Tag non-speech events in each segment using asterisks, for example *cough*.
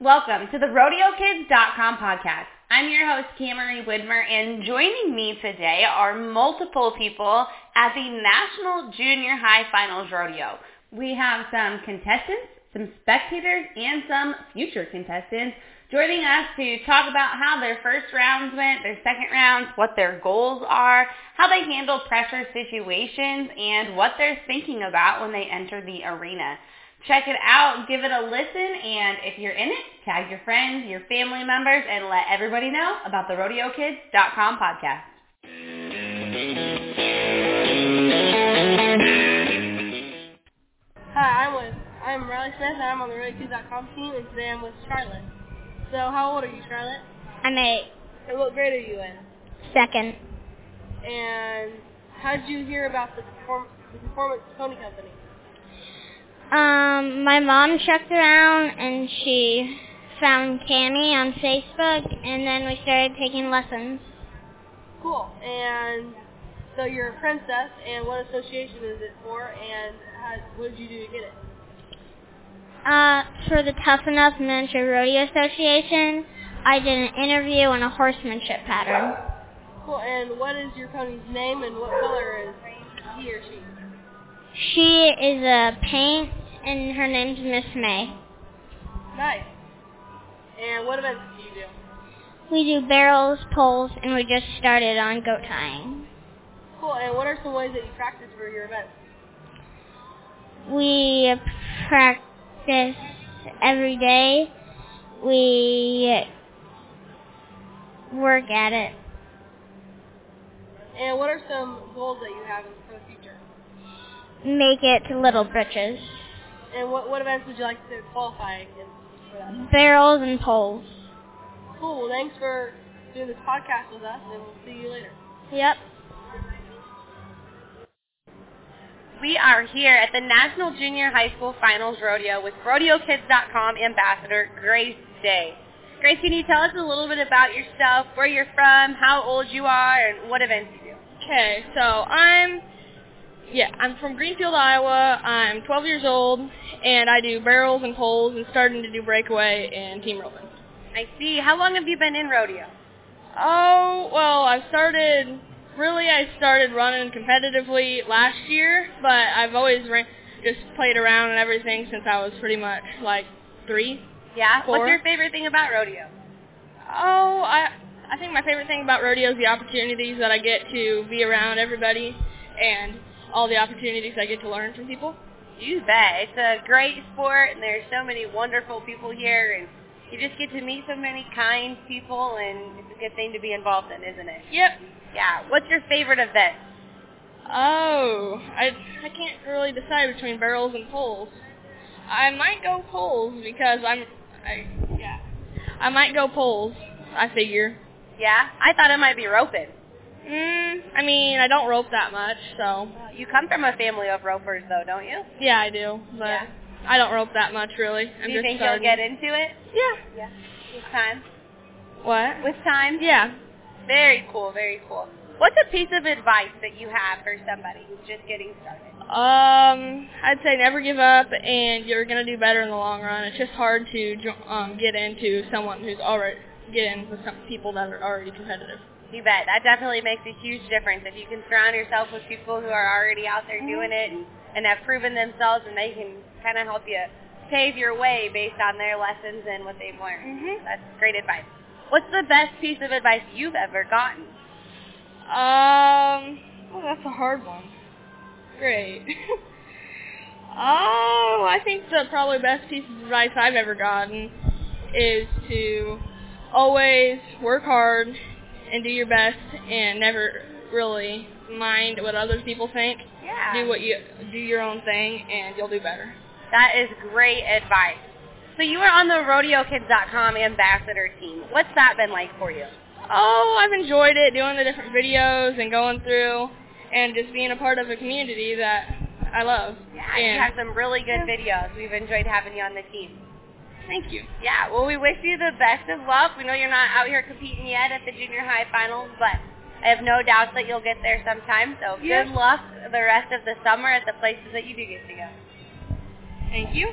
Welcome to the RodeoKids.com podcast. I'm your host, Camry Widmer, and joining me today are multiple people at the National Junior High Finals Rodeo. We have some contestants, some spectators, and some future contestants joining us to talk about how their first rounds went, their second rounds, what their goals are, how they handle pressure situations, and what they're thinking about when they enter the arena. Check it out, give it a listen, and if you're in it, tag your friends, your family members, and let everybody know about the RodeoKids.com podcast. Hi, I'm with I'm Riley Smith, and I'm on the RodeoKids.com team, and today I'm with Charlotte. So, how old are you, Charlotte? I'm eight. And what grade are you in? Second. And how did you hear about the, perform- the Performance Pony Company? Um, my mom checked around and she found Cammy on Facebook, and then we started taking lessons. Cool. And so you're a princess, and what association is it for, and how, what did you do to get it? Uh, for the Tough Enough Miniature Rodeo Association, I did an interview on a horsemanship pattern. Cool. And what is your pony's name, and what color is he or she? She is a paint, and her name's Miss May. Nice. And what events do you do? We do barrels, poles, and we just started on goat tying. Cool. And what are some ways that you practice for your events? We practice every day. We work at it. And what are some goals that you have for the future? Make it to Little Britches. And what, what events would you like to qualify in for that? Barrels and poles. Cool. Well, thanks for doing this podcast with us, and we'll see you later. Yep. We are here at the National Junior High School Finals Rodeo with RodeoKids.com ambassador Grace Day. Grace, can you tell us a little bit about yourself, where you're from, how old you are, and what events you do? Okay, so I'm yeah, I'm from Greenfield, Iowa. I'm 12 years old, and I do barrels and poles, and starting to do breakaway and team roping. I see. How long have you been in rodeo? Oh well, I started really I started running competitively last year, but I've always ran, just played around and everything since I was pretty much like three. Yeah. What's Four. your favorite thing about rodeo? Oh, I I think my favorite thing about rodeo is the opportunities that I get to be around everybody and all the opportunities I get to learn from people. You bet. It's a great sport, and there's so many wonderful people here, and you just get to meet so many kind people, and it's a good thing to be involved in, isn't it? Yep. Yeah. What's your favorite event? Oh, I I can't really decide between barrels and poles. I might go poles because I'm I yeah. I might go poles. I figure. Yeah. I thought it might be roping. Mm, I mean, I don't rope that much, so You come from a family of ropers, though, don't you? yeah, I do. But Yeah. I don't rope that much, really. I'm Do you just think starting. you'll get into it Yeah. with time? What? With time? Yeah. Very cool. Very cool. What's a piece of advice that you have for somebody who's just getting started? Um, I'd say never give up, and you're gonna do better in the long run. It's just hard to jo- um, get into someone who's already get in with some people that are already competitive. You bet. That definitely makes a huge difference if you can surround yourself with people who are already out there doing it and, Mm-hmm. and have proven themselves and they can kind of help you pave your way based on their lessons and what they've learned. Mhm. That's great advice. What's the best piece of advice you've ever gotten? Um, well, that's a hard one. Great. *laughs* oh, I think the probably best piece of advice I've ever gotten is to always work hard and do your best and never really mind what other people think. Yeah. Do what you do your own thing and you'll do better. That is great advice. So you were on the RodeoKids.com ambassador team. What's that been like for you? Oh, I've enjoyed it doing the different videos and going through and just being a part of a community that I love. Yeah, you and have some really good videos. We've enjoyed having you on the team. thank you. Yeah, well, we wish you the best of luck. We know you're not out here competing yet at the junior high finals, but I have no doubts that you'll get there sometime. So Yeah. good luck the rest of the summer at the places that you do get to go. Thank you.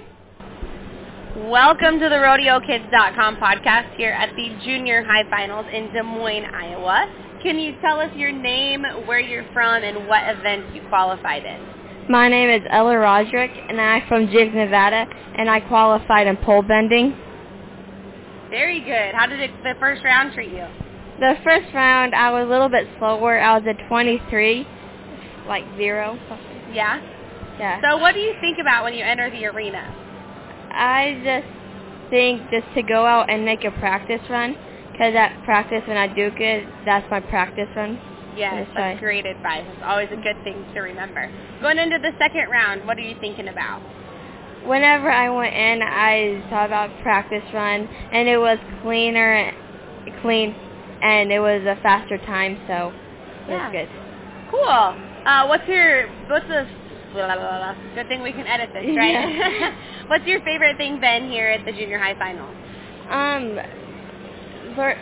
Welcome to the RodeoKids.com podcast here at the Junior High Finals in Des Moines, Iowa. Can you tell us your name, where you're from, and what event you qualified in? My name is Ella Roderick, and I'm from Jiggs, Nevada, and I qualified in pole bending. Very good. How did it, the first round treat you? The first round, I was a little bit slower. I was at 23, like zero. Yeah. Yeah. So what do you think about when you enter the arena? I just think just to go out and make a practice run, because at practice when I do good, that's my practice run. Yes, That's that's right. great advice. It's always a good thing to remember. Going into the second round, what are you thinking about? Whenever I went in, I thought about practice run, and it was cleaner, clean, and it was a faster time, so it Yeah. was good. Cool. Uh, what's your what's the blah, blah, blah, blah. good thing we can edit this, right? Yeah. *laughs* what's your favorite thing been here at the junior high finals? Um, lear-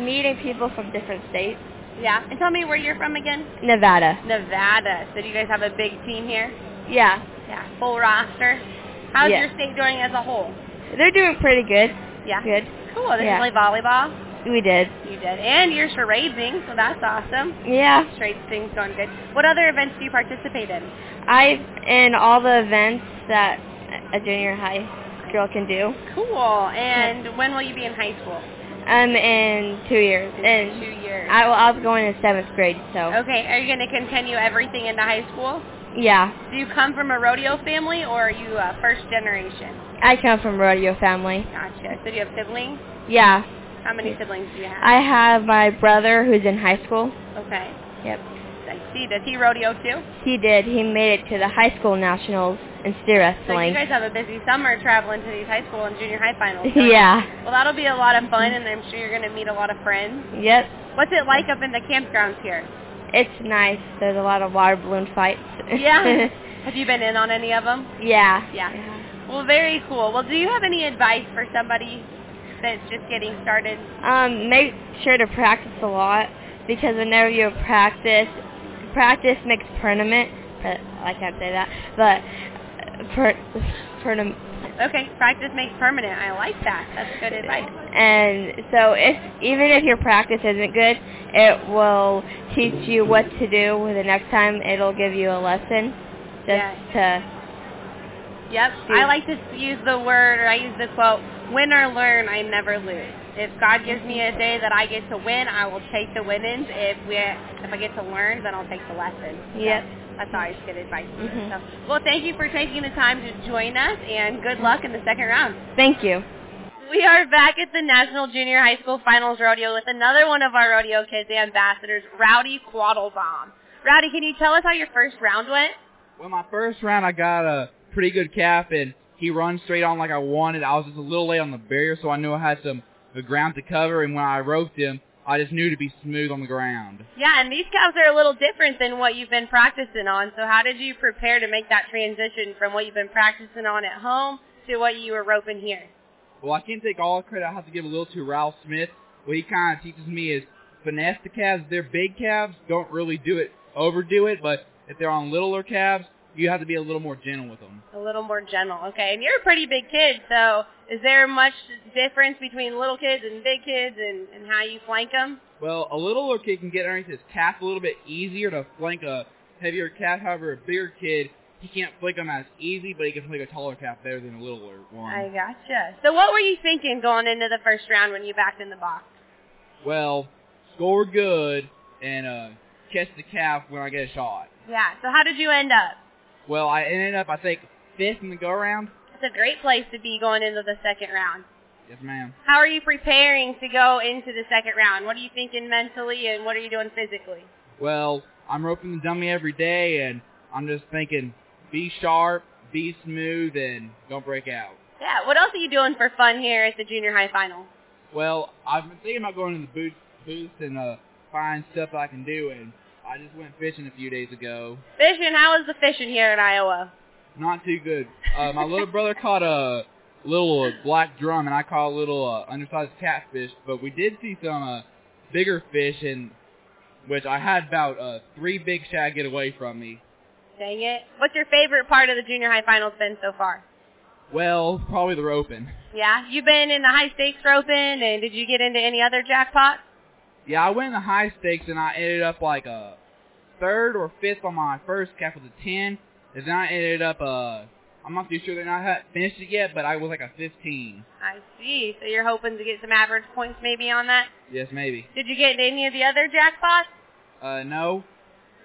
meeting people from different states. Yeah. And tell me where you're from again. Nevada. Nevada. So do you guys have a big team here? Yeah, Yeah. Full roster. How's Yeah. your state doing as a whole? they're doing pretty good. Yeah. Good. Cool. Did Yeah. you play volleyball? We did. You did. And you're charading, so that's awesome. Yeah, Charades thing's going good. What other events do you participate in? I in all the events that a junior high girl can do. Cool. And when will you be in high school? Um, in two years, and two years. I well, I was going in seventh grade, so Okay, are you going to continue everything into high school? yeah, Do you come from a rodeo family or are you uh, first generation? I come from a rodeo family. Gotcha. So do you have siblings? Yeah, How many siblings do you have? I have my brother who's in high school. okay. Yep, I see. Does he rodeo too? he did. He made it to the high school nationals in steer So you wrestling. *laughs* guys have a busy summer traveling to these high school and junior high finals. don't you? yeah. Well, that'll be a lot of fun, and I'm sure you're going to meet a lot of friends. Yep. What's it like up in the campgrounds here? It's nice. There's a lot of water balloon fights. Yeah. have you been in on any of them? *laughs* yeah. Yeah. Well, very cool. Well, do you have any advice for somebody that's just getting started? Um, make sure to practice a lot because whenever you practice, practice makes tournament. But I can't say that. But uh, per, tournament. Okay, practice makes permanent. I like that. That's good advice. And so if even if your practice isn't good, it will teach you what to do the next time. It'll give you a lesson. Just to Yep. I like to use the word, or I use the quote, win or learn, I never lose. If God gives me a day that I get to win, I will take the winnings. If we, if I get to learn, then I'll take the lesson. So Yep. That's always good advice. Mhm. So, well, thank you for taking the time to join us, and good luck in the second round. thank you. We are back at the National Junior High School Finals Rodeo with another one of our Rodeo Kids ambassadors, Rowdy Quaddlebaum. Rowdy, can you tell us how your first round went? Well, my first round, I got a pretty good cap, and he run straight on like I wanted. I was just a little late on the barrier, so I knew I had some the ground to cover. And when I roped him, I just knew to be smooth on the ground. Yeah, and these cows are a little different than what you've been practicing on. So how did you prepare to make that transition from what you've been practicing on at home to what you were roping here? Well, I can't take all the credit. I have to give a little to Ralph Smith. What he kind of teaches me is finesse the calves. They're big calves. Don't really do it, overdo it. But if they're on littler calves, you have to be a little more gentle with them. A little more gentle, okay? And you're a pretty big kid, so is there much difference between little kids and big kids and, and how you flank them? Well, a littler kid can get underneath his calf a little bit easier to flank a heavier calf. However, a bigger kid, he can't flank him as easy, but he can flank a taller calf better than a littler one. I gotcha. So what were you thinking going into the first round when you backed in the box? Well, score good and uh, catch the calf when I get a shot. Yeah, so how did you end up? Well, I ended up, I think, fifth in the go round. It's a great place to be going into the second round. Yes, ma'am. How are you preparing to go into the second round? What are you thinking mentally and what are you doing physically? Well, I'm roping the dummy every day, and I'm just thinking, be sharp, be smooth, and don't break out. Yeah, what else are you doing for fun here at the junior high final? Well, I've been thinking about going to the booth, booth and uh, find stuff I can do, and I just went fishing a few days ago. Fishing, how is the fishing here in Iowa? Not too good. Uh, my little brother *laughs* caught a little uh, black drum, and I caught a little uh, undersized catfish, but we did see some uh, bigger fish, and which I had about uh, three big shad get away from me. Dang it. What's your favorite part of the junior high finals been so far? Well, probably the roping. Yeah, you've been in the high stakes roping, and did you get into any other jackpots? Yeah, I went in the high stakes and I ended up like a third or fifth on my first cap with a ten. And then I ended up uh I'm not too sure they're not ha- finished it yet, but I was like a fifteen. I see. So you're hoping to get some average points maybe on that. Yes, maybe. Did you get into any of the other jackpots? Uh no.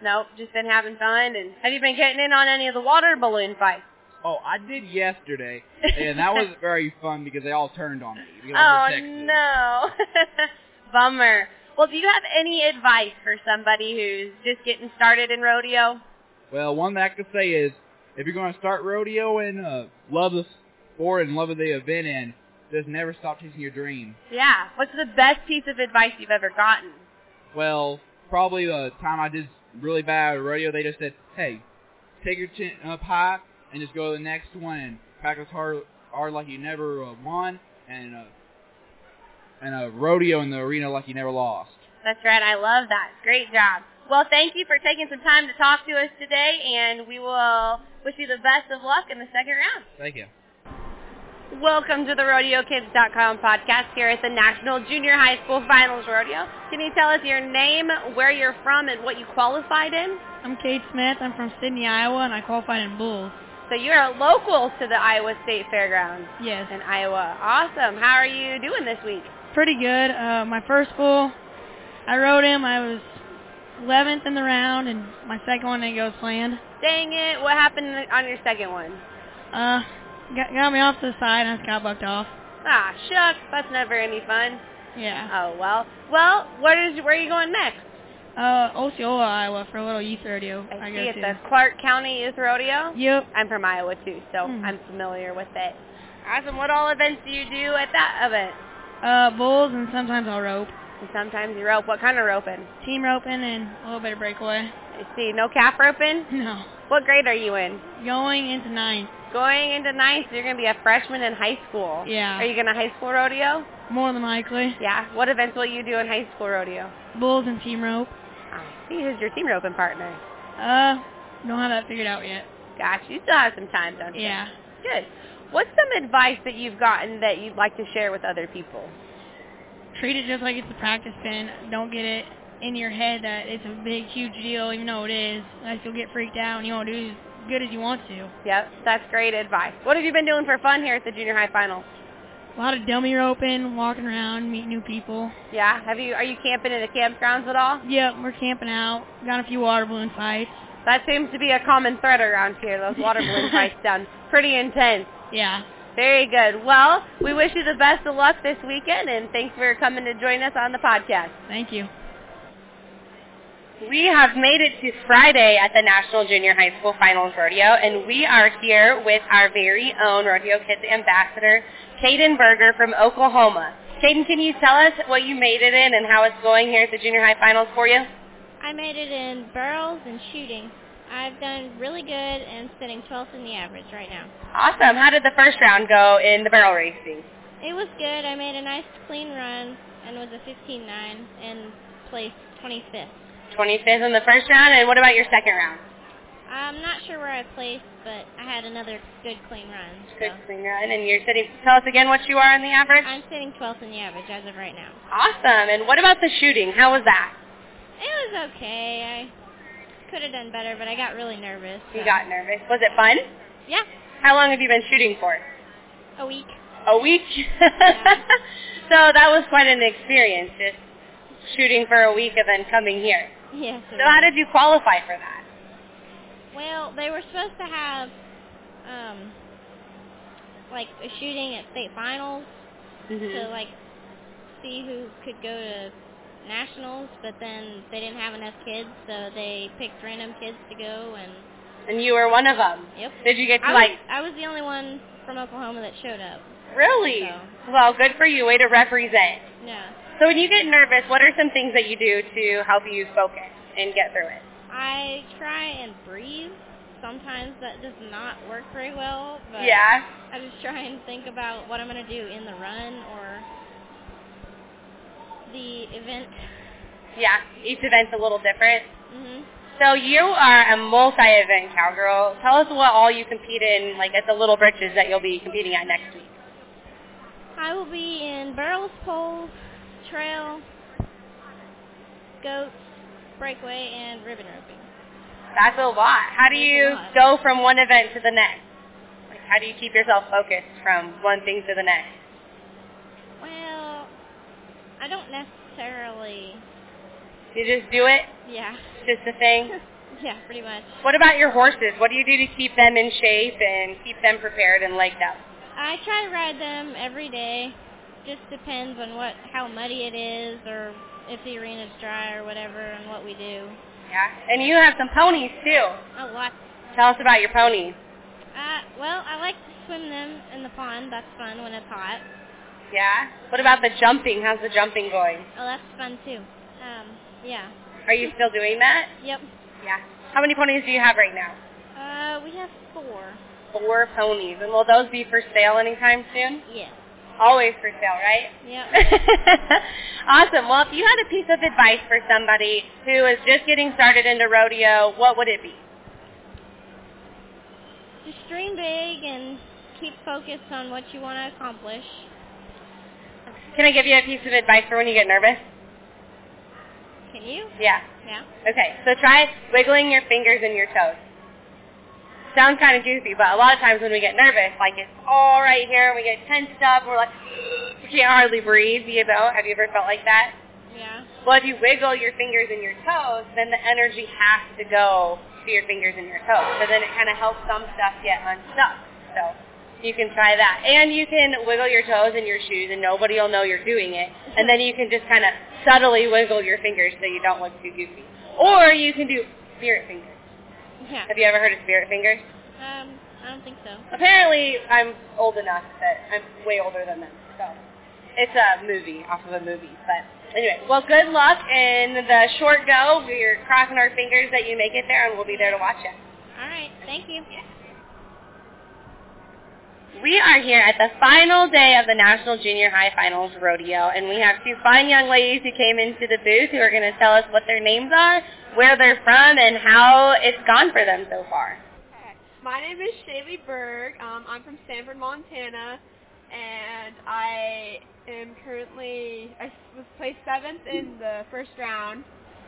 Nope, just been having fun. And have you been getting in on any of the water balloon fights? Oh, I did yesterday and that was very fun because they all turned on me. because Oh I was texting. no, *laughs* bummer. Well, do you have any advice for somebody who's just getting started in rodeo? Well, one that I could say is if you're going to start rodeo and uh, love the sport and love the event and just never stop chasing your dream. Yeah. What's the best piece of advice you've ever gotten? Well, probably the time I did really bad at rodeo, they just said, hey, take your chin up high and just go to the next one and practice hard, hard like you never uh, won and uh, and uh, rodeo in the arena like you never lost. That's right. I love that. Great job. Well, thank you for taking some time to talk to us today, and we will wish you the best of luck in the second round. Thank you. Welcome to the RodeoKids.com podcast here at the National Junior High School Finals Rodeo. Can you tell us your name, where you're from, and what you qualified in? I'm Kate Smith. I'm from Sydney, Iowa, and I qualified in bulls. So you are local to the Iowa State Fairgrounds Yes, in Iowa. Awesome. How are you doing this week? pretty good. Uh, my first bull, I rode him. I was 11th in the round, and my second one didn't go as planned. Dang it. What happened on your second one? Uh, got, got me off to the side, and I just got bucked off. Ah, shucks. That's never any fun. Yeah. Oh, well. Well, what is, where are you going next? Uh, Osceola, Iowa, for a little youth rodeo. I, I, see go it's to. the Clark County Youth Rodeo. Yep. I'm from Iowa too, so Hmm. I'm familiar with it. Awesome. What all events do you do at that event? Uh, bulls, and sometimes I'll rope. And sometimes you rope. What kind of roping? Team roping and a little bit of breakaway. I see. No calf roping? *laughs* No. What grade are you in? Going into ninth. Going into ninth, you're going to be a freshman in high school. Yeah. Are you going to high school rodeo? More than likely. Yeah. What events will you do in high school rodeo? Bulls and team rope. I see. Who's your team roping partner? Uh, don't have that figured out yet. Gosh, you still have some time, don't you? Yeah. Good. What's some advice that you've gotten that you'd like to share with other people? treat it just like it's a practice pin. Don't get it in your head that it's a big, huge deal, even though it is. Like you'll get freaked out and you won't do as good as you want to. Yep, that's great advice. What have you been doing for fun here at the junior high finals? A lot of dummy roping, walking around, meeting new people. Yeah, have you? Are you camping in the campgrounds at all? Yep, we're camping out. Got a few water balloon fights. That seems to be a common thread around here. Those water *laughs* balloon fights sound pretty intense. Yeah. Very good. Well, we wish you the best of luck this weekend, and thanks for coming to join us on the podcast. Thank you. We have made it to Friday at the National Junior High School Finals Rodeo, and we are here with our very own Rodeo Kids ambassador, Caden Berger from Oklahoma. Caden, can you tell us what you made it in and how it's going here at the Junior High Finals for you? I made it in barrels and shooting. I've done really good and sitting 12th in the average right now. Awesome. How did the first round go in the barrel racing? It was good. I made a nice clean run and was a 15-9 and placed 25th. 25th in the first round, and what about your second round? I'm not sure where I placed, but I had another good clean run. Good So. clean run, and you're sitting. Tell us again what you are in the average. I'm sitting 12th in the average as of right now. Awesome. And what about the shooting? How was that? It was okay. I could have done better, but I got really nervous. You so- got nervous. Was it fun? Yeah, How long have you been shooting for? a week. A week. *laughs* so that was quite an experience, just shooting for a week and then coming here. Yes. So how did you qualify for that? Well, they were supposed to have um like a shooting at state finals Mm-hmm. to like see who could go to nationals, but then they didn't have enough kids, so they picked random kids to go and And you were one of them. yep. Did you get to I like was, I was the only one from Oklahoma that showed up. really? No. Well, good for you. Way to represent. No. So when you get nervous, what are some things that you do to help you focus and get through it? I try and breathe. Sometimes that does not work very well, but Yeah. I just try and think about what I'm going to do in the run or the event. Yeah. Each event's a little different. hmm So you are a multi-event cowgirl. Tell us what all you compete in, like at the Little Britches that you'll be competing at next week. I will be in barrels, poles, trail, goats, breakaway, and ribbon roping. That's a lot. How do That's a you lot. go from one event to the next? Like, how do you keep yourself focused from one thing to the next? Well, I don't necessarily. You just do it. Yeah. *laughs* It's just a thing. Yeah, pretty much. What about your horses? What do you do to keep them in shape and keep them prepared and like that? I try to ride them every day. Just depends on what how muddy it is or if the arena's dry or whatever and what we do. Yeah. And you have some ponies too. A lot. Tell us about your ponies. Uh, well, I like to swim them in the pond. That's fun when it's hot. Yeah. What about the jumping? How's the jumping going? Oh, that's fun too. Um, yeah. Are you still doing that? Yep. Yeah. How many ponies do you have right now? Uh, we have four. Four ponies. And will those be for sale anytime soon? Yes. Always for sale, right? Yep. *laughs* awesome. Well, if you had a piece of advice for somebody who is just getting started into rodeo, what would it be? Just dream big and keep focused on what you want to accomplish. Can I give you a piece of advice for when you get nervous? Can you? Yeah. Yeah. Okay, so try wiggling your fingers and your toes. Sounds kind of goofy, but a lot of times when we get nervous, like it's all right here, we get tensed up, we're like, we can't hardly breathe, you know? Have you ever felt like that? Yeah. Well, if you wiggle your fingers and your toes, then the energy has to go to your fingers and your toes. So then it kind of helps some stuff get unstuck. So you can try that. And you can wiggle your toes in your shoes and nobody will know you're doing it. And then you can just kind of subtly wiggle your fingers so you don't look too goofy. Or you can do spirit fingers. Yeah. Have you ever heard of spirit fingers? Um, I don't think so. Apparently, I'm old enough that I'm way older than them. So it's a movie off of a movie. But anyway, well, good luck in the short go. We're crossing our fingers that you make it there, and we'll be there to watch you. All right. Thank you. We are here at the final day of the National Junior High Finals Rodeo, and we have two fine young ladies who came into the booth who are going to tell us what their names are, where they're from, and how it's gone for them so far. Okay. My name is Shaylee Berg. Um, I'm from Sanford, Montana, and I am currently I was placed seventh in the first round.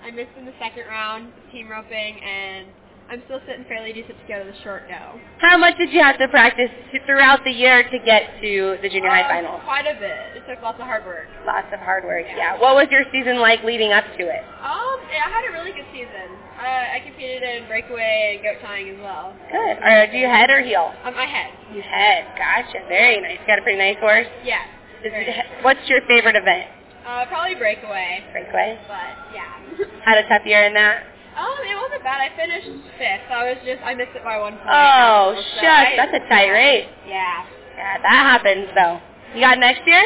I missed in the second round of team roping, and I'm still sitting fairly decent to go to the short go. How much did you have to practice throughout the year to get to the Junior High Uh, Finals? Quite a bit. It took lots of hard work. Lots of hard work, yeah. What was your season like leading up to it? Um, yeah, I had a really good season. Uh, I, I competed in breakaway and goat tying as well. Good. Or do you head or heel? Um, I had. You head. Gotcha. Very nice. Got a pretty nice horse. Yeah. Is- Very nice. What's your favorite event? Uh, probably breakaway, Breakaway. but yeah. *laughs* Had a tough year in that. Um, it wasn't bad. I finished fifth. I was just I missed it by one point. Oh, So shucks. I- That's a tight race. Yeah. Yeah, that happens though. You got next year?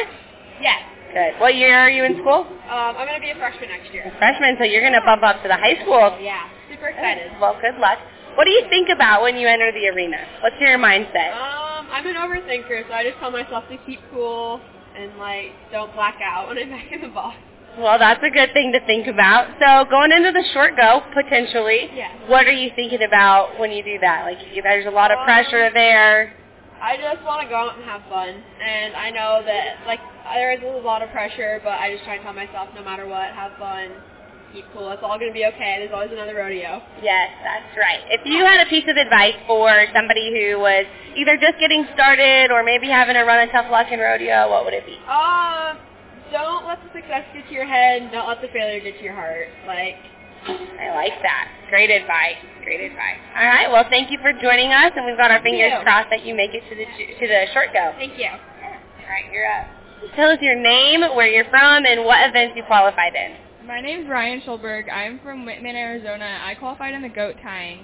Yes. Good. What year are you in school? Um, I'm gonna be a freshman next year. Freshman, so you're gonna bump up to the high school. Oh, yeah. Super excited. Well, good luck. What do you think about when you enter the arena? What's your mindset? Um, I'm an overthinker, so I just tell myself to keep cool and like don't black out when I'm back in the box. *laughs* Well, that's a good thing to think about. So going into the short go, potentially, Yeah. what are you thinking about when you do that? Like, you- there's a lot of Um, pressure there. I just want to go out and have fun, and I know that like there is a lot of pressure, but I just try and tell myself no matter what, have fun, keep cool. It's all gonna be okay. There's always another rodeo. Yes, that's right. If you had a piece of advice for somebody who was either just getting started or maybe having a run of tough luck in rodeo, what would it be? Um, don't let the success get to your head. and Don't let the failure get to your heart. Like, I like that. Great advice. Great advice. All right. Well, thank you for joining us, and we've got our fingers you. crossed that you make it to the to the short go. thank you. All right, you're up. Tell us your name, where you're from, and what events you qualified in. My name's Ryan Schulberg. I'm from Whitman, Arizona. I qualified in the goat tying.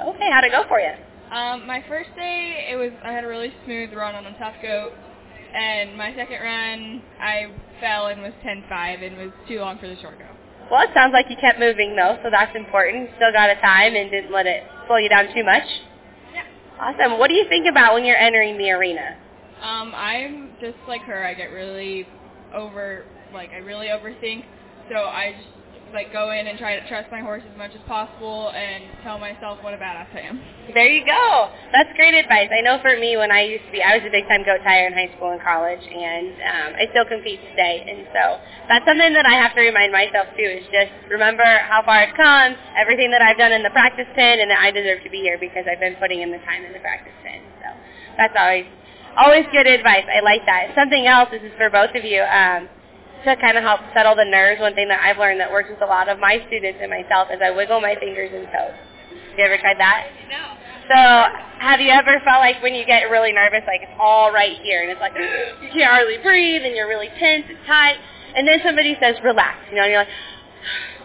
Okay, how'd it go for you? Um, my first day, it was I had a really smooth run on a tough goat, and my second run, I fell and was 10-5 and was too long for the short goat. Well, it sounds like you kept moving though, so that's important. Still got a time and didn't let it slow you down too much. Yeah. Awesome. What do you think about when you're entering the arena? Um, I'm just like her. I get really over, like I really overthink. So I just like go in and try to trust my horse as much as possible and tell myself what a badass I am. There you go. That's great advice. I know for me, when I used to be, I was a big time goat tire in high school and college, and um, I still compete today. And so that's something that I have to remind myself too. Is just remember how far I've come, everything that I've done in the practice pen, and that I deserve to be here because I've been putting in the time in the practice pen. So that's always always good advice. I like that. Something else. This is for both of you. Um, to kind of help settle the nerves, one thing that I've learned that works with a lot of my students and myself is I wiggle my fingers and toes. Have you ever tried that? No. So have you ever felt like when you get really nervous, like it's all right here, and it's like *gasps* you can't hardly breathe, and you're really tense and tight, and then somebody says relax, you know, and you're like, *sighs*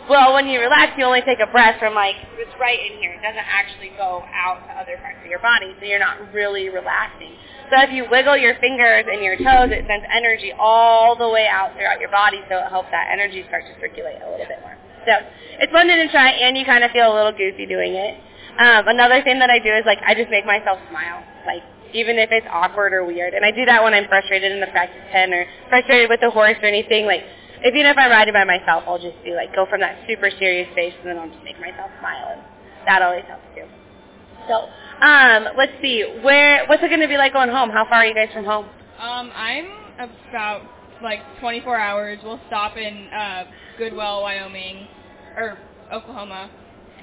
well, when you relax, you only take a breath from like it's right in here. It doesn't actually go out to other parts of your body, so you're not really relaxing. So if you wiggle your fingers and your toes, it sends energy all the way out throughout your body, so it helps that energy start to circulate a little bit more. So it's fun to try, and you kind of feel a little goofy doing it. Um, another thing that I do is like I just make myself smile, like even if it's awkward or weird. And I do that when I'm frustrated in the practice pen or frustrated with the horse or anything. Like if even if I'm riding by myself, I'll just be like go from that super serious face and then I'll just make myself smile, and that always helps too. So um, let's see, where what's it going to be like going home? How far are you guys from home? Um, I'm about like 24 hours. We'll stop in uh, Goodwell, Wyoming, or Oklahoma,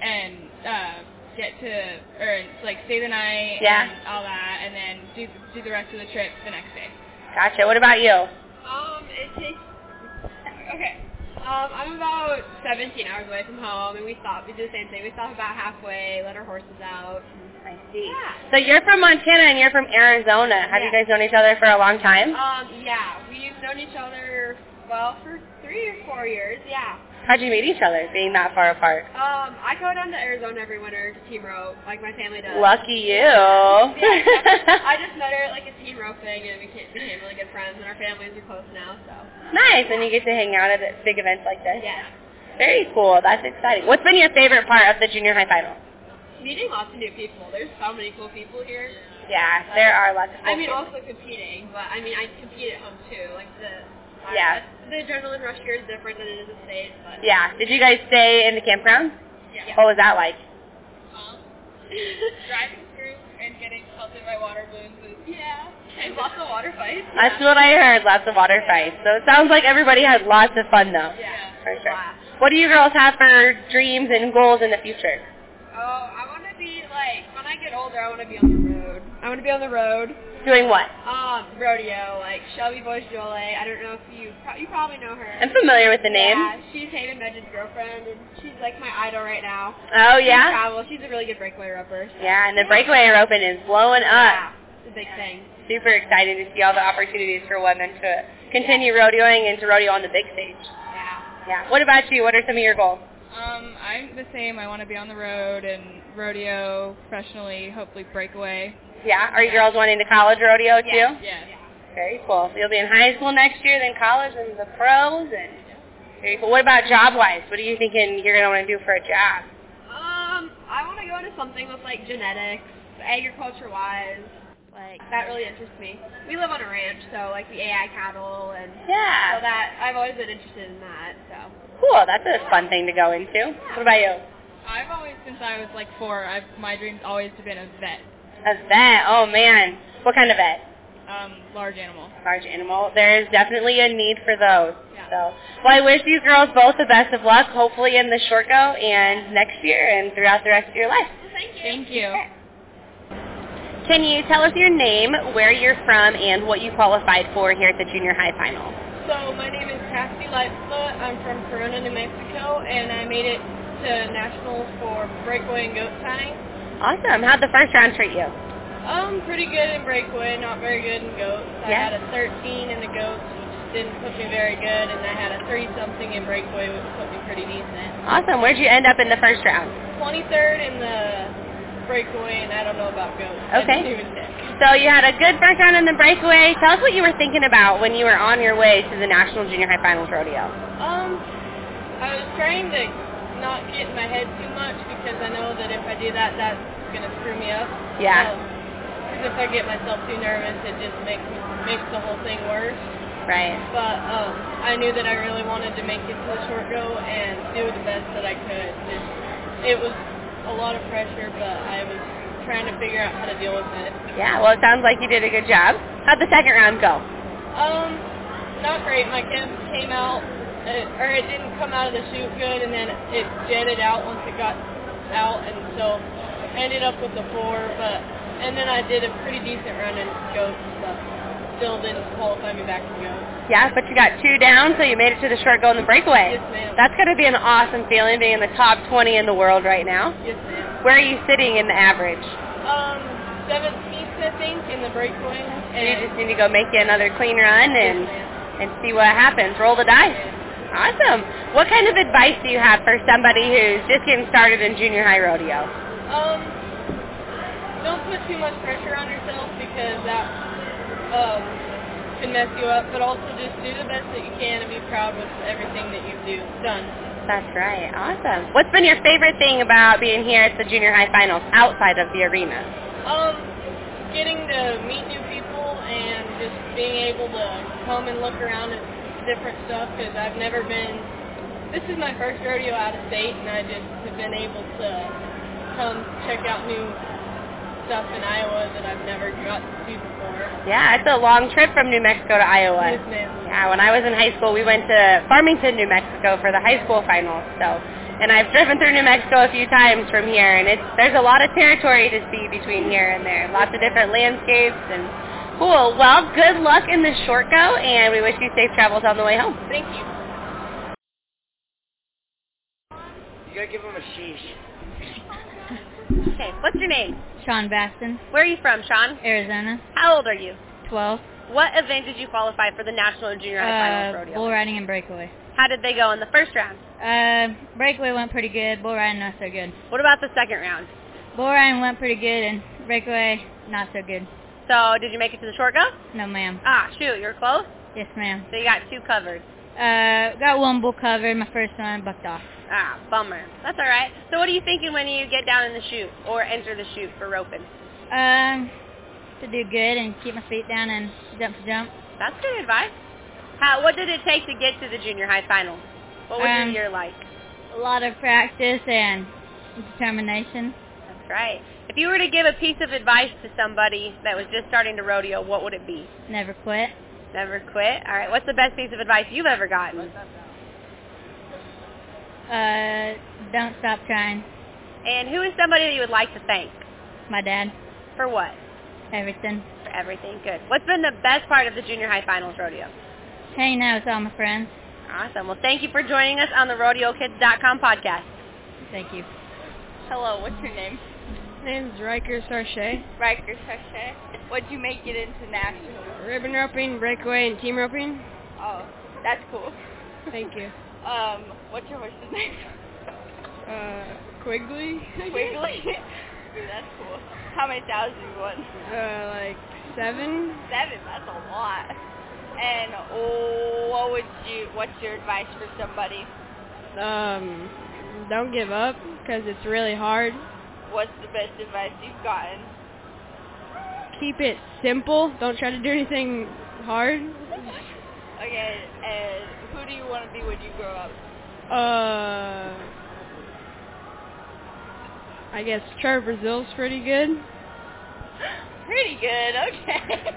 and uh, get to or like stay the night Yeah. and all that, and then do do the rest of the trip the next day. Gotcha. What about you? Um, it takes. Okay. Um, I'm about 17 hours away from home, and we stop. We do the same thing. We stop about halfway, let our horses out. I see. Yeah. So you're from Montana and you're from Arizona. Have you Yeah. guys known each other for a long time? Um, yeah, we've known each other well for three or four years. Yeah. How'd you meet each other, being that far apart? Um, I go down to Arizona every winter to team rope, like my family does. Lucky you. *laughs* *laughs* Yeah, I just met her at like a team rope thing, and we ca- became really good friends, and our families are close now. So. nice, and you get to hang out at a- big events like this. Yeah. Very cool. That's exciting. What's been your favorite part of the junior high final? Meeting lots of new people. There's so many cool people here. Yeah, there are lots of. I mean, cool also competing, but I mean, I compete at home too. Like the I- Yeah. the adrenaline rush here is different than it is in the states. But people. Yeah. Did *laughs* you guys stay in the campground? yeah. What was that like? Driving through and getting pelted by water balloons is yeah, and lots of water fights. That's what I heard. Lots of water fights. So it sounds like everybody had lots of fun though. Yeah. For sure. Wow. What do you girls have for dreams and goals in the future? Oh, I want to be like when I get older, I want to be on the road. I want to be on the road. Doing what? Um, rodeo, like Shelby Boys Jole. I don't know if you pro- you probably know her. I'm familiar with the name. Yeah, she's Hayden Medge's girlfriend, and she's like my idol right now. Oh She yeah. travels. She's a really good breakaway roper. so- Yeah, and the breakaway open is blowing up. Yeah, it's a big thing. Super excited to see all the opportunities for women to continue rodeoing and to rodeo on the big stage. Yeah. Yeah. What about you? What are some of your goals? Um, I'm the same. I want to be on the road and rodeo professionally, hopefully breakaway. Yeah. Are you girls wanting to college rodeo too? Yeah. Very cool. So you'll be in high school next year, then college, and the pros, and very cool. What about job-wise? What are you thinking you're gonna want to do for a job? Um, I want to go into something with like genetics, agriculture wise. Like That really interests me. We live on a ranch, so like the AI cattle and so Yeah. that I've always been interested in that. So Cool. That's a fun thing to go into. What about you? I've always, since I was like four, I've, my dream's always been a vet, A vet. Oh man. What kind of vet? um, large animal. large animal. There is definitely a need for those. Yeah. So, well, I wish you girls both the best of luck, hopefully in the short go and next year and throughout the rest of your life. Thank you. *laughs* Can you tell us your name, where you're from, and what you qualified for here at the junior high final? So my name is Cassidy Lightfoot. I'm from Corona, New Mexico, and I made it to nationals for breakaway and goat tying. Awesome. How'd the first round treat you? Um, pretty good in breakaway, not very good in goats. I Yeah. had a 13 in the goats, which didn't put me very good, and I had a 3 something in breakaway, which put me pretty decent. Awesome. Where'd you end up in the first round? 23rd in the breakaway, and I don't know about goats. I Okay. didn't even check. So you had a good first round in the breakaway. Tell us what you were thinking about when you were on your way to the National Junior High Finals Rodeo. Um, I was trying to not get in my head too much because I know that if I do that, that's gonna screw me up. Um, Yeah. Because if I get myself too nervous, it just makes makes the whole thing worse. Right. But um, I knew that I really wanted to make it to the short go and do the best that I could. It, it was a lot of pressure, but I was trying to figure out how to deal with it. Yeah, well, it sounds like you did a good job. How'd the second round go? Um, not great. My cam came out, it, or it didn't come out of the chute good, and then it jetted out once it got out, and so I ended up with the four. But and then I did a pretty decent run in goats, but still didn't qualify me back to goats. Yeah, but you got two down, so you made it to the short go in the breakaway. Yes, ma'am. That's going to be an awesome feeling, being in the top 20 in the world right now. Yes, ma'am. Where are you sitting in the average? Um, seventeenth, I think, in the breakaway, You and just need to go make you another clean run yes, and and ma'am. see what happens. Roll the dice. Awesome. What kind of advice do you have for somebody who's just getting started in junior high rodeo? Um, don't put too much pressure on yourself because that um, can mess you up. But also just do the best that you can and be proud with everything that you've do, done. That's right. Awesome. What's been your favorite thing about being here at the junior high finals outside of the arena? Um, getting to meet new people and just being able to come and look around at different stuff because I've never been. This is my first rodeo out of state, and I just have been able to come check out new stuff in Iowa that I've never got to see before. Yeah, it's a long trip from New Mexico to Yes, Iowa. ma'am. Yeah, when I was in high school, we went to Farmington, New Mexico for the high school finals. So, and I've driven through New Mexico a few times from here, and it's there's a lot of territory to see between here and there. Lots of different landscapes and cool. Well, good luck in the short go, and we wish you safe travels on the way home. Thank you. You gotta give him a sheesh. *laughs* Okay, what's your name? Sean Baston, Where are you from, Sean? Arizona, How old are you? 12. What event did you qualify for the National Junior High Finals Uh, bull Rodeo? riding and breakaway. How did they go in the first round? Uh, breakaway went pretty good. Bull riding not so good. What about the second round? Bull riding went pretty good, and breakaway not so good. So did you make it to the short go? No, ma'am. Ah, shoot, you're close. Yes, ma'am. So you got two covered. Uh, got one bull covered. My first one bucked off. Ah, bummer. That's all right. So what are you thinking when you get down in the chute or enter the chute for roping? Um, to do good and keep my feet down and jump to jump. That's good advice. How, what did it take to get to the junior high finals? What was Um, your year like? A lot of practice and determination. That's right. If you were to give a piece of advice to somebody that was just starting to rodeo, what would it be? Never quit. Never quit. All right. What's the best piece of advice you've ever gotten? Uh, don't stop trying. And who is somebody that you would like to thank? My dad, For what? everything. For everything. Good. What's been the best part of the junior high finals rodeo? Hanging out with all my friends. Awesome. Well, thank you for joining us on the RodeoKids.com podcast. Thank you. Hello, what's your name? name's Riker Sarche. Riker Sachet. What'd you make it into national? Ribbon roping, breakaway, and team roping. Oh, that's cool. Thank you. Um, what's your horse's *laughs* name? Uh, *laughs* Quigley? Wiggly. Ooh, that's cool. How many thousands you won? Uh, like seven? Seven. That's a lot. And what would you? What's your advice for somebody? Um, don't give up because it's really hard. What's the best advice you've gotten? *laughs* Keep it simple. Don't try to do anything hard. Okay. And who do you want to be when you grow up? Uh, I guess Trevor Brazil's pretty good. Pretty good. Okay.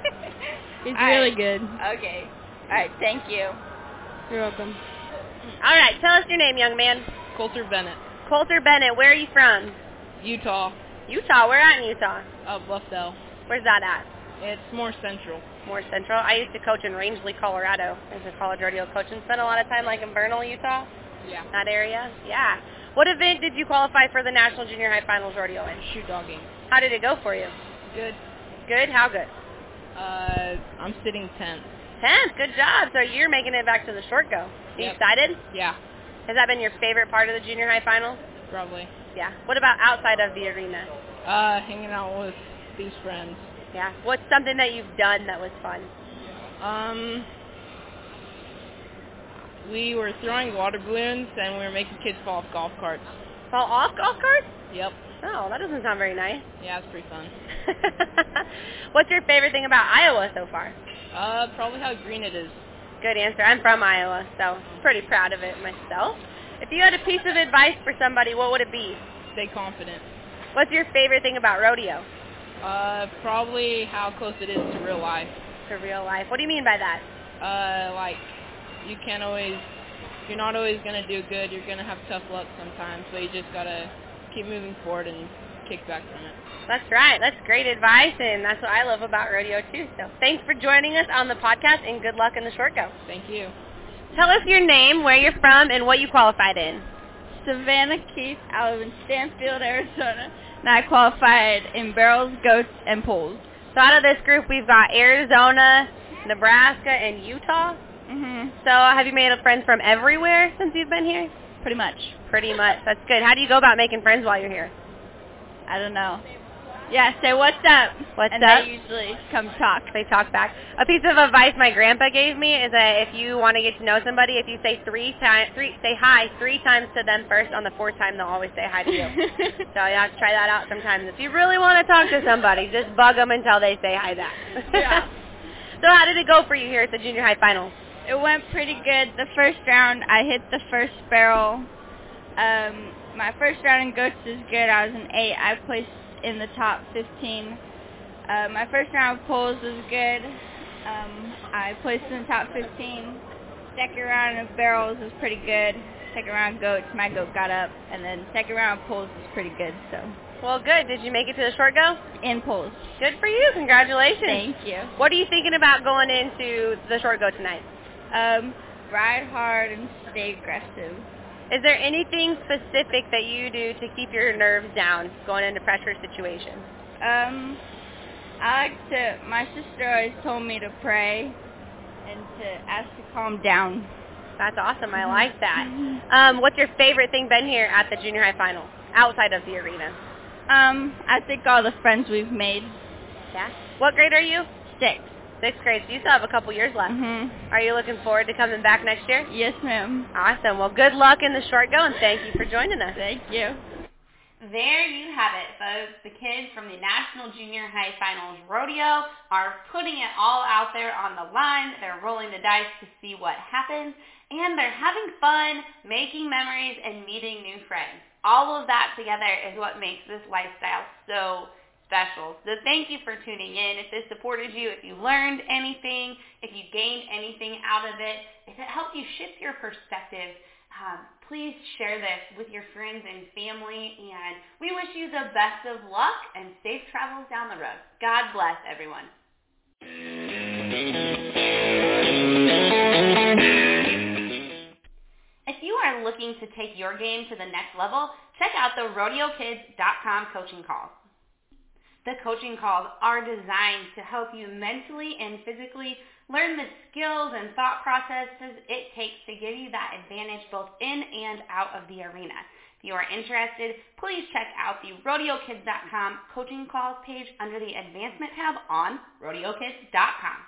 *laughs* He's All really right. good. Okay. All right. Thank you. You're welcome. All right, tell us your name, young man. Coulter Bennett, Coulter Bennett, where are you from? Utah, Utah. Where at in Utah? of Bluffdale. Where's that at? It's more central. More central. I used to coach in Rangeley, Colorado as a college rodeo coach and spent a lot of time like in Vernal, Utah, Yeah. that area. Yeah. What event did you qualify for the National Junior High Finals rodeo in? Shoe dogging. How did it go for you? Good. Good? How good? Uh, I'm sitting 10th. 10th. Good job. So you're making it back to the short go. Are you Yep. excited? Yeah, Has that been your favorite part of the Junior High Finals? probably. Yeah. What about outside of the arena? Uh, hanging out with these friends. Yeah. What's something that you've done that was fun? Um, we were throwing water balloons and we were making kids fall off golf carts. Fall off golf carts? Yep. Oh, that doesn't sound very nice. Yeah, it's pretty fun. What's your favorite thing about Iowa so far? Uh, probably how green it is. Good answer. I'm from Iowa, so pretty proud of it myself. If you had a piece of advice for somebody, what would it be? Stay confident. What's your favorite thing about rodeo? Uh, probably how close it is to real life. To real life. What do you mean by that? Uh, like you can't always, you're not always gonna do good. You're gonna have tough luck sometimes, but you just gotta keep moving forward and kick back from it. That's right. That's great advice, and that's what I love about rodeo too. So thanks for joining us on the podcast, and good luck in the short go. Thank you. Tell us your name, where you're from, and what you qualified in. Savannah Keith. I live in Stanfield, Arizona, and I qualified in barrels, goats, and poles. So out of this group, we've got Arizona, Nebraska, and Utah. Mhm. So have you made friends from everywhere since you've been here? Pretty much. Pretty much. That's good. How do you go about making friends while you're here? I don't know. Yeah. Say what's up. What's and up? they usually come talk. They talk back. A piece of advice my grandpa gave me is that if you want to get to know somebody, if you say three times, three say hi three times to them first. On the fourth time, they'll always say hi to *laughs* you. so you have to try that out sometimes. If you really want to talk to somebody, just bug them until they say hi back. Yeah. *laughs* so how did it go for you here at the junior high finals? It went pretty good. The first round, I hit the first barrel. Um, my first round in goats is good. I was an eight. I placed in the top 15. Uh, my first round of poles was good. Um, I placed in the top 15. Second round of barrels was pretty good. Second round of goats, my goat got up, and then second round of poles was pretty good. So Well, good. Did you make it to the short go? in poles, Good for you. Congratulations. thank you. What are you thinking about going into the short go tonight? Um, ride hard and stay aggressive. Is there anything specific that you do to keep your nerves down going into pressure situations? Um, I like to. My sister always told me to pray and to ask to calm down. That's awesome. Mm-hmm. I like that. Um, what's your favorite thing been here at the junior high final outside of the arena? Um, I think all the friends we've made. Yeah. What grade are you? Six. Sixth grade. So you still have a couple years left. Mhm. Are you looking forward to coming back next year? Yes, ma'am. Awesome. Well, good luck in the short go, and thank you for joining us. Thank you. There you have it, folks. The kids from the National Junior High Finals Rodeo are putting it all out there on the line. They're rolling the dice to see what happens, and they're having fun, making memories, and meeting new friends. All of that together is what makes this lifestyle so special. So thank you for tuning in. If this supported you, if you learned anything, if you gained anything out of it, if it helped you shift your perspective, um, please share this with your friends and family, and we wish you the best of luck and safe travels down the road. God bless everyone. If you are looking to take your game to the next level, check out the rodeokids.com coaching calls. The coaching calls are designed to help you mentally and physically learn the skills and thought processes it takes to give you that advantage both in and out of the arena. If you are interested, please check out the rodeokids.com coaching calls page under the advancement tab on rodeokids.com.